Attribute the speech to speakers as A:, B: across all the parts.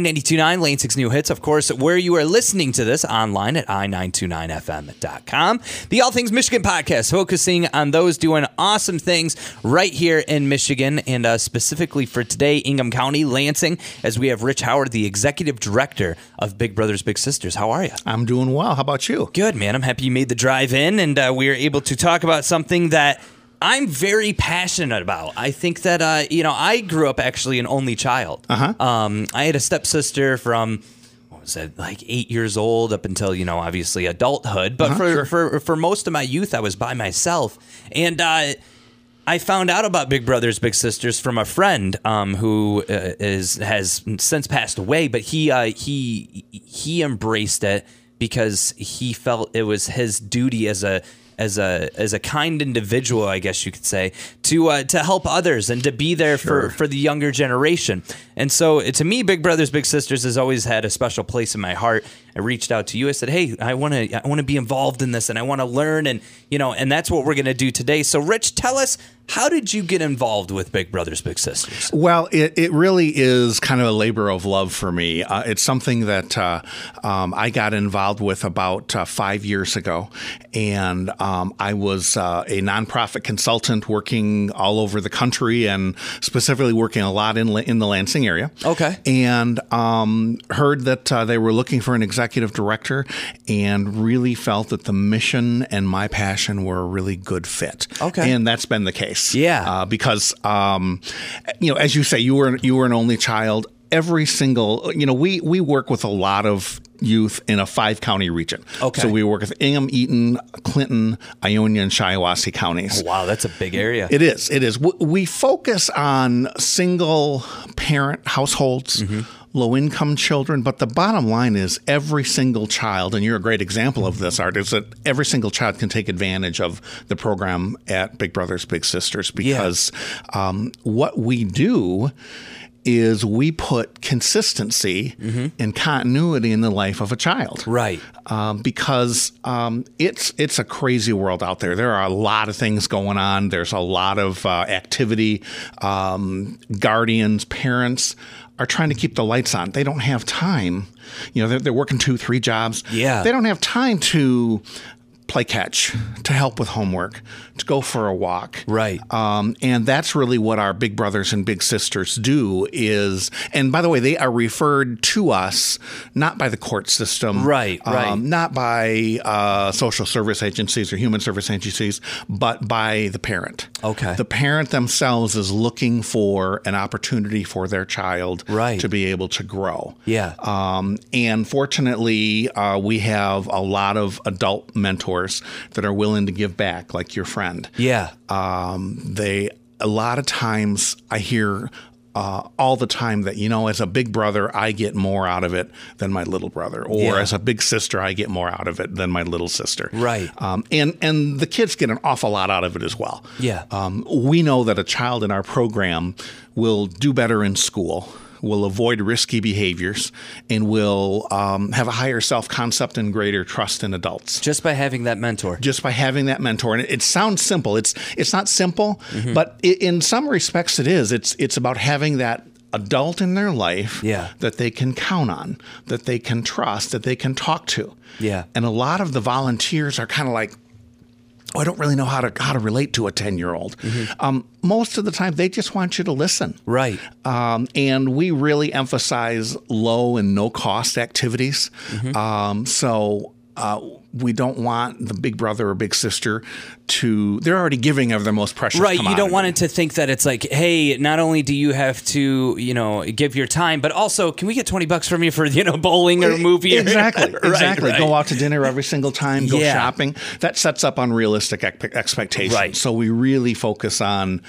A: I-929 Lane 6 New Hits, of course, where you are listening to this online at i929fm.com. The All Things Michigan podcast, focusing on those doing awesome things right here in Michigan, and uh, specifically for today, Ingham County, Lansing, as we have Rich Howard, the executive director of Big Brothers Big Sisters. How are you?
B: I'm doing well. How about you?
A: Good, man. I'm happy you made the drive in, and uh, we are able to talk about something that I'm very passionate about. I think that uh, you know, I grew up actually an only child. Uh-huh. Um, I had a stepsister from what was that, like eight years old up until you know, obviously adulthood. But for, for for most of my youth, I was by myself, and. Uh, I found out about Big Brothers Big Sisters from a friend um, who uh, is has since passed away, but he uh, he he embraced it because he felt it was his duty as a as a as a kind individual, I guess you could say, to uh, to help others and to be there for for the younger generation. And so, uh, to me, Big Brothers Big Sisters has always had a special place in my heart. I reached out to you. I said, "Hey, I want to I want to be involved in this, and I want to learn, and you know, and that's what we're going to do today." So, Rich, tell us how did you get involved with Big Brothers Big Sisters?
B: Well, it, it really is kind of a labor of love for me. Uh, it's something that uh, um, I got involved with about uh, five years ago. And um, I was uh, a nonprofit consultant working all over the country and specifically working a lot in, La- in the Lansing area.
A: Okay.
B: And um, heard that uh, they were looking for an executive director and really felt that the mission and my passion were a really good fit.
A: Okay.
B: And that's been the case.
A: Yeah.
B: Uh, because um, you know, as you say, you were you were an only child. Every single, you know, we we work with a lot of youth in a five county region.
A: Okay.
B: So we work with Ingham, Eaton, Clinton, Ionia, and Shiawassee counties.
A: Wow, that's a big area.
B: It is. It is. W- We focus on single parent households. Low income children, but the bottom line is every single child, and you're a great example of this, Art, is that every single child can take advantage of the program at Big Brothers Big Sisters because um, what we do is we put consistency and continuity in the life of a child
A: Right.
B: um, because um, it's it's a crazy world out there. There are a lot of things going on. There's a lot of uh, activity. Um, guardians, parents are trying to keep the lights on. They don't have time. You know, they're, they're working two, three jobs.
A: Yeah.
B: they don't have time to play catch, to help with homework, to go for a walk.
A: Right.
B: Um, and that's really what our big brothers and big sisters do is, and by the way, they are referred to us not by the court system,
A: Right, right.
B: Um, not by uh, social service agencies or human service agencies, but by the parent.
A: Okay.
B: The parent themselves is looking for an opportunity for their child
A: Right.
B: to be able to grow.
A: Yeah.
B: Um, and fortunately, uh, we have a lot of adult mentors that are willing to give back, like your friend
A: yeah.
B: um, they a lot of times I hear uh, all the time that you know as a big brother I get more out of it than my little brother, or
A: Yeah.
B: as a big sister I get more out of it than my little sister.
A: Right.
B: Um, and and the kids get an awful lot out of it as well.
A: Yeah.
B: Um, we know that a child in our program will do better in school. Will avoid risky behaviors and will um, have a higher self concept and greater trust in adults
A: Just by having that mentor.
B: just by having that mentor. And it, it sounds simple. It's it's not simple, but i in some respects it is. It's it's about having that adult in their life
A: Yeah.
B: that they can count on, that they can trust, that they can talk to.
A: Yeah.
B: And a lot of the volunteers are kind of like oh, I don't really know how to how to relate to a 10-year-old. Um, most of the time they just want you to listen.
A: Right.
B: Um, and we really emphasize low and no cost activities.
A: Mm-hmm.
B: Um, so uh, we don't want the big brother or big sister to, they're already giving of their most precious
A: right you don't
B: commodity.
A: want it to think that it's like hey not only do you have to you know give your time but also can we get 20 bucks from you for you know bowling or movie or-
B: E, Exactly,
A: Right,
B: exactly.
A: right.
B: Go out to dinner every single time, go
A: Yeah.
B: shopping. That sets up unrealistic ec- expectations.
A: Right.
B: So we really focus on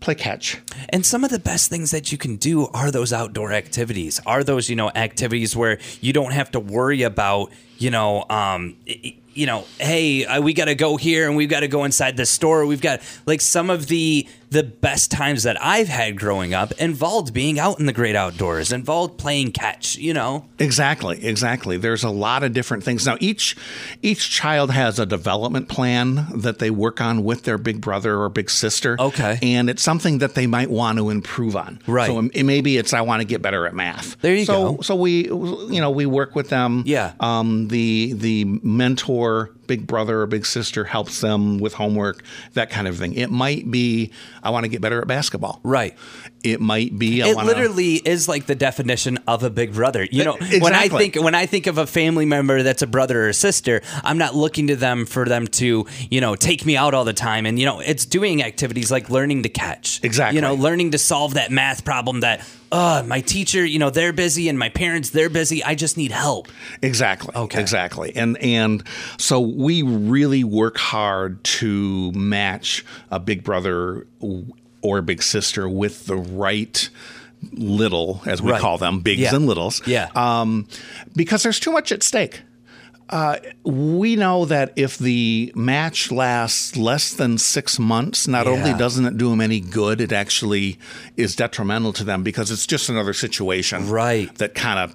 B: play catch.
A: and some of the best things that you can do are those outdoor activities are those you know activities where you don't have to worry about you know, um, i- you know, hey, I, we got to go here and we've got to go inside the store. We've got like some of the the best times that I've had growing up involved being out in the great outdoors, involved playing catch. You know,
B: Exactly, exactly. There's a lot of different things. Now each each child has a development plan that they work on with their big brother or big sister.
A: Okay.
B: And it's something that they might want to improve on.
A: Right.
B: So it- maybe it's I want to get better at math.
A: There you
B: so,
A: go.
B: So we you know, we work with them.
A: Yeah.
B: Um the the mentor big brother or big sister helps them with homework, that kind of thing. It might be I want to get better at basketball.
A: right.
B: It might be I
A: It
B: want
A: literally is like the definition of a big brother. You know, when I
B: E- exactly.
A: think when I think of a family member that's a brother or a sister, I'm not looking to them for them to, you know, take me out all the time. And you know, it's doing activities like learning to catch.
B: Exactly.
A: You know, learning to solve that math problem that uh my teacher, you know, they're busy and my parents they're busy. I just need help.
B: Exactly. Okay. Exactly. And and so we really work hard to match a big brother or big sister with the right little, as we
A: Right.
B: call them, bigs
A: Yeah.
B: and littles.
A: Yeah.
B: Um, because there's too much at stake. Uh, we know that if the match lasts less than six months, not only
A: Yeah.
B: doesn't it do them any good, it actually is detrimental to them because it's just another situation
A: Right.
B: that kind of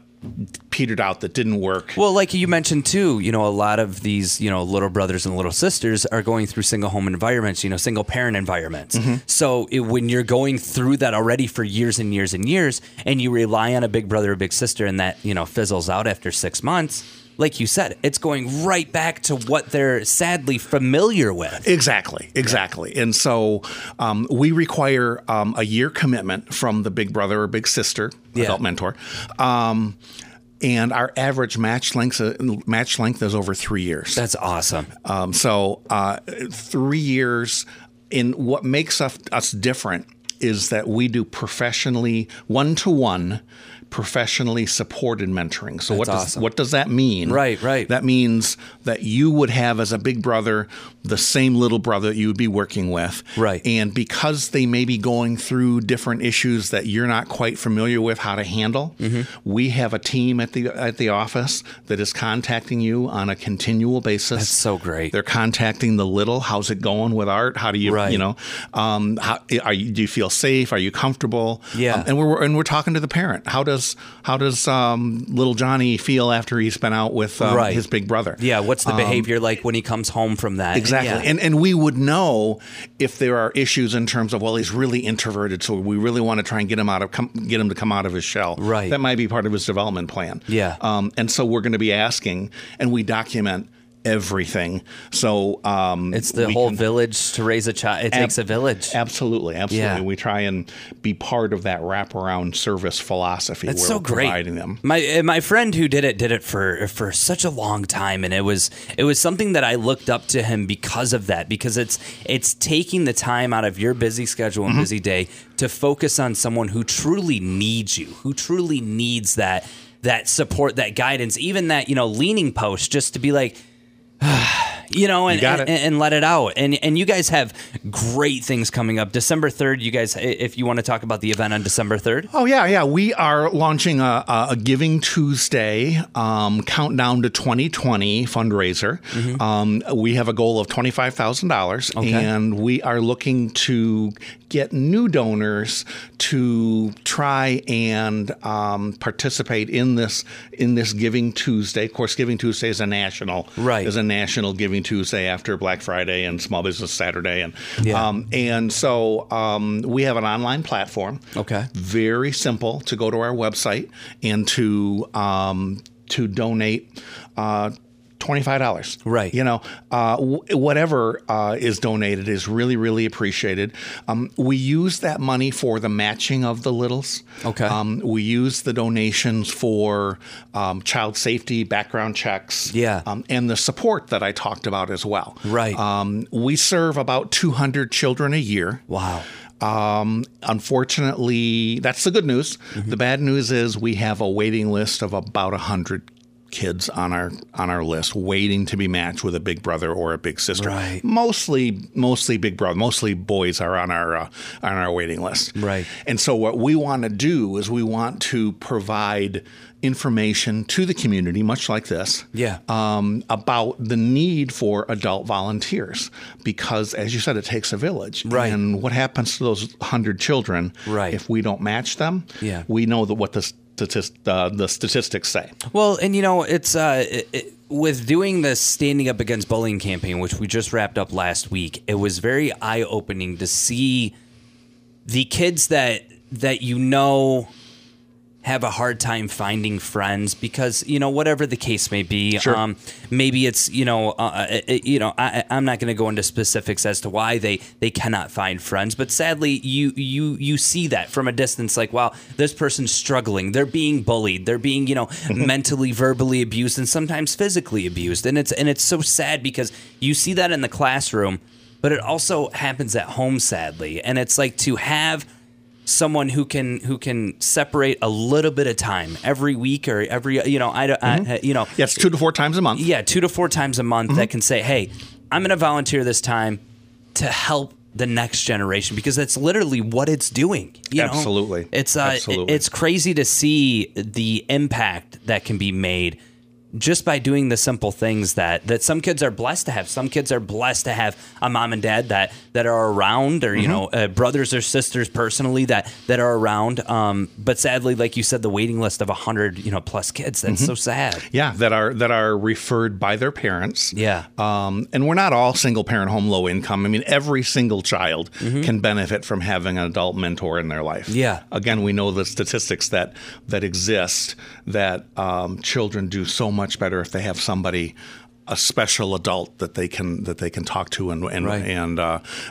B: petered out that didn't work.
A: Well, like you mentioned too, you know, a lot of these, you know, little brothers and little sisters are going through single home environments, you know, single parent environments.
B: Mm-hmm.
A: So it, when you're going through that already for years and years and years, and you rely on a big brother or big sister, and that you know fizzles out after six months, like you said, it's going right back to what they're sadly familiar with.
B: Exactly, exactly. And so um, we require um, a year commitment from the big brother or big sister,
A: Yeah.
B: adult mentor. Um, and our average match length uh, match length is over three years.
A: That's awesome.
B: Um, so uh, three years. In what makes us, us different is that we do professionally one to one, professionally supported mentoring. So what does
A: awesome.
B: what does that mean?
A: Right, right.
B: That means that you would have as a big brother the same little brother that you would be working with.
A: Right.
B: And because they may be going through different issues that you're not quite familiar with how to handle,
A: Mm-hmm.
B: we have a team at the at the office that is contacting you on a continual basis.
A: That's so great.
B: They're contacting the little. How's it going with art? How do you,
A: Right.
B: you know, um, how, are you, do you feel safe? Are you comfortable?
A: Yeah.
B: Um, and we're and we're talking to the parent. How does how does um, little Johnny feel after he's been out with um,
A: Right.
B: his big brother?
A: Yeah, what's the behavior like when he comes home from that?
B: um, Exactly.
A: Yeah.
B: And and we would know if there are issues in terms of well he's really introverted so we really want to try and get him out of come, get him to come out of his shell.
A: Right.
B: That might be part of his development plan.
A: Yeah.
B: Um, and so we're going to be asking and we document everything. So um,
A: it's the
B: we
A: whole
B: can-
A: village to raise a child. It takes a village.
B: Absolutely, absolutely.
A: Yeah.
B: We try and be part of that wraparound service philosophy.
A: It's
B: where
A: so
B: we're
A: great.
B: providing them.
A: My uh, my friend who did it did it for for such a long time, and it was it was something that I looked up to him because of that. Because it's it's taking the time out of your busy schedule
B: Mm-hmm.
A: and busy day to focus on someone who truly needs you, who truly needs that that support, that guidance, even that you know leaning post, just to be like. You know, and,
B: got
A: and,
B: it.
A: and let it out. And and you guys have great things coming up. December third, you guys, i- if you want to talk about the event on December third,
B: Oh yeah, yeah. We are launching a, a a Giving Tuesday um, countdown to 2020 fundraiser.
A: Mm-hmm.
B: Um, we have a goal of twenty five thousand dollars, and we are looking to get new donors to try and um, participate in this in this Giving Tuesday. Of course, Giving Tuesday is a national
A: Right.
B: is a national Giving Tuesday after Black Friday and Small Business Saturday, and
A: Yeah.
B: um, and so um, we have an online platform.
A: Okay.
B: Very simple to go to our website and to um, to donate. Uh, Twenty-five dollars,
A: Right.
B: You know, uh, w- whatever uh, is donated is really, really appreciated. Um, we use that money for the matching of the littles.
A: Okay.
B: Um, we use the donations for um, child safety, background checks,
A: Yeah.
B: um, and the support that I talked about as well.
A: Right.
B: Um, we serve about 200 children a year.
A: wow.
B: Um,
A: Mm-hmm.
B: unfortunately, that's the good news. The bad news is we have a waiting list of about 100 kids on our on our list waiting to be matched with a big brother or a big sister.
A: Right.
B: Mostly mostly big brother, mostly boys are on our uh, on our waiting list.
A: Right.
B: And so what we want to do is we want to provide information to the community much like this
A: Yeah.
B: um, about the need for adult volunteers because, as you said, it takes a village.
A: Right.
B: And what happens to those hundred children
A: Right.
B: if we don't match them?
A: Yeah.
B: We know that what the statist- uh, the statistics say.
A: Well, and you know, it's uh, it, it, with doing this standing up against bullying campaign, which we just wrapped up last week. It was very eye opening to see the kids that that you know have a hard time finding friends because you know whatever the case may be
B: Sure.
A: um, maybe it's you know uh, uh, uh, you know I, I- i'm not going to go into specifics as to why they they cannot find friends but sadly you you you see that from a distance like wow this person's struggling they're being bullied they're being you know mentally verbally abused and sometimes physically abused and it's and it's so sad because you see that in the classroom but it also happens at home sadly and it's like to have someone who can who can separate a little bit of time every week or every you know I, don't I you know
B: Yes, two to four times a month.
A: yeah two to four times a month
B: Mm-hmm.
A: that can say hey I'm going to volunteer this time to help the next generation because that's literally what it's doing you know?
B: Absolutely.
A: it's uh
B: Absolutely.
A: it's crazy to see the impact that can be made just by doing the simple things that that some kids are blessed to have some kids are blessed to have a mom and dad that that are around or
B: Mm-hmm.
A: you know uh, brothers or sisters personally that that are around um but sadly like you said the waiting list of 100 you know plus kids that's
B: Mm-hmm.
A: so sad
B: Yeah, that are that are referred by their parents.
A: Yeah.
B: um, and we're not all single parent home low income. I mean, every single child can benefit from having an adult mentor in their life.
A: Mm-hmm. Yeah.
B: Again, we know the statistics that that exist that um, children do so much better if they have somebody. A special adult that they can that they can talk to and and
A: Right.
B: and uh,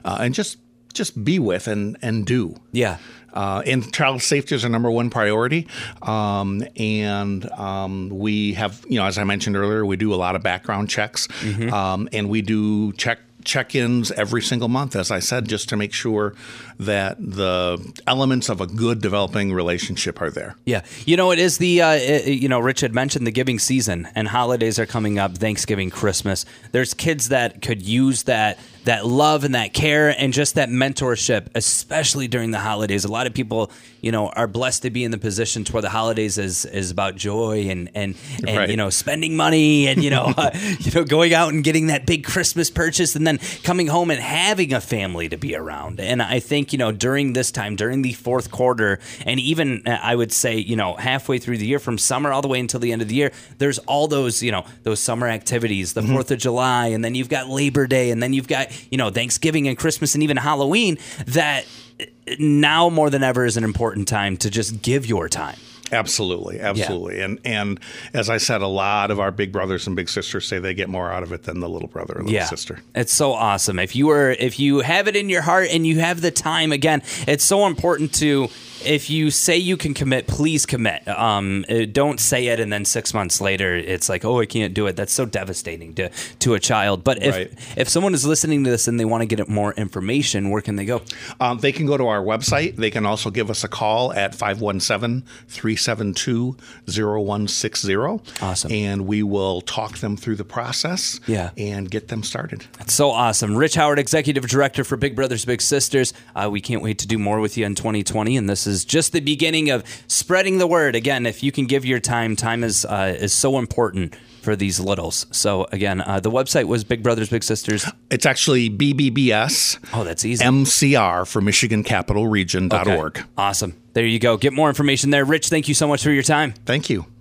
B: uh, and just just be with and and do
A: yeah
B: uh, and child safety is our number one priority. Um, and um, we have, you know, as I mentioned earlier, we do a lot of background checks, um, and we do check check-ins every single month, as I said, just to make sure that the elements of a good developing relationship are there.
A: Yeah, you know it is the uh, it, you know Rich had mentioned the giving season and holidays are coming up, Thanksgiving, Christmas. There's kids that could use that that love and that care and just that mentorship, especially during the holidays. A lot of people, you know, are blessed to be in the position to where the holidays is is about joy and and and
B: Right.
A: you know spending money and you know uh, you know going out and getting that big Christmas purchase and then coming home and having a family to be around. And I think you know during this time, during the fourth quarter, and even uh, I would say you know halfway through the year, from summer all the way until the end of the year, there's all those you know those summer activities, the Fourth of July, and then you've got Labor Day, and then you've got you know Thanksgiving and Christmas and even Halloween that. uh, Now more than ever is an important time to just give your time.
B: Absolutely, absolutely, and and as I said, a lot of our big brothers and big sisters say they get more out of it than the little brother or little sister.
A: It's so awesome. If you are if you have it in your heart and you have the time again, it's so important to if you say you can commit, please commit. Um, uh, don't say it and then 6 months later it's like, "Oh, I can't do it." That's so devastating to to a child. But if
B: Right.
A: if someone is listening to this and they want to get more information, where can they go?
B: Um, they can go to our website. They can also give us a call at 517 372 0160.
A: Awesome.
B: And we will talk them through the process
A: Yeah.
B: and get them started.
A: That's so awesome. Rich Howard, Executive Director for Big Brothers Big Sisters. Uh, we can't wait to do more with you in 2020. And this is just the beginning of spreading the word. Again, if you can give your time, time is, uh, is so important for these littles. So, again, uh, the website was Big Brothers Big Sisters.
B: It's actually BBBS
A: Oh, that's easy.
B: MCR for Michigan Capital Region.org.
A: Okay. Awesome. There you go. Get more information there. Rich, thank you so much for your time.
B: Thank you.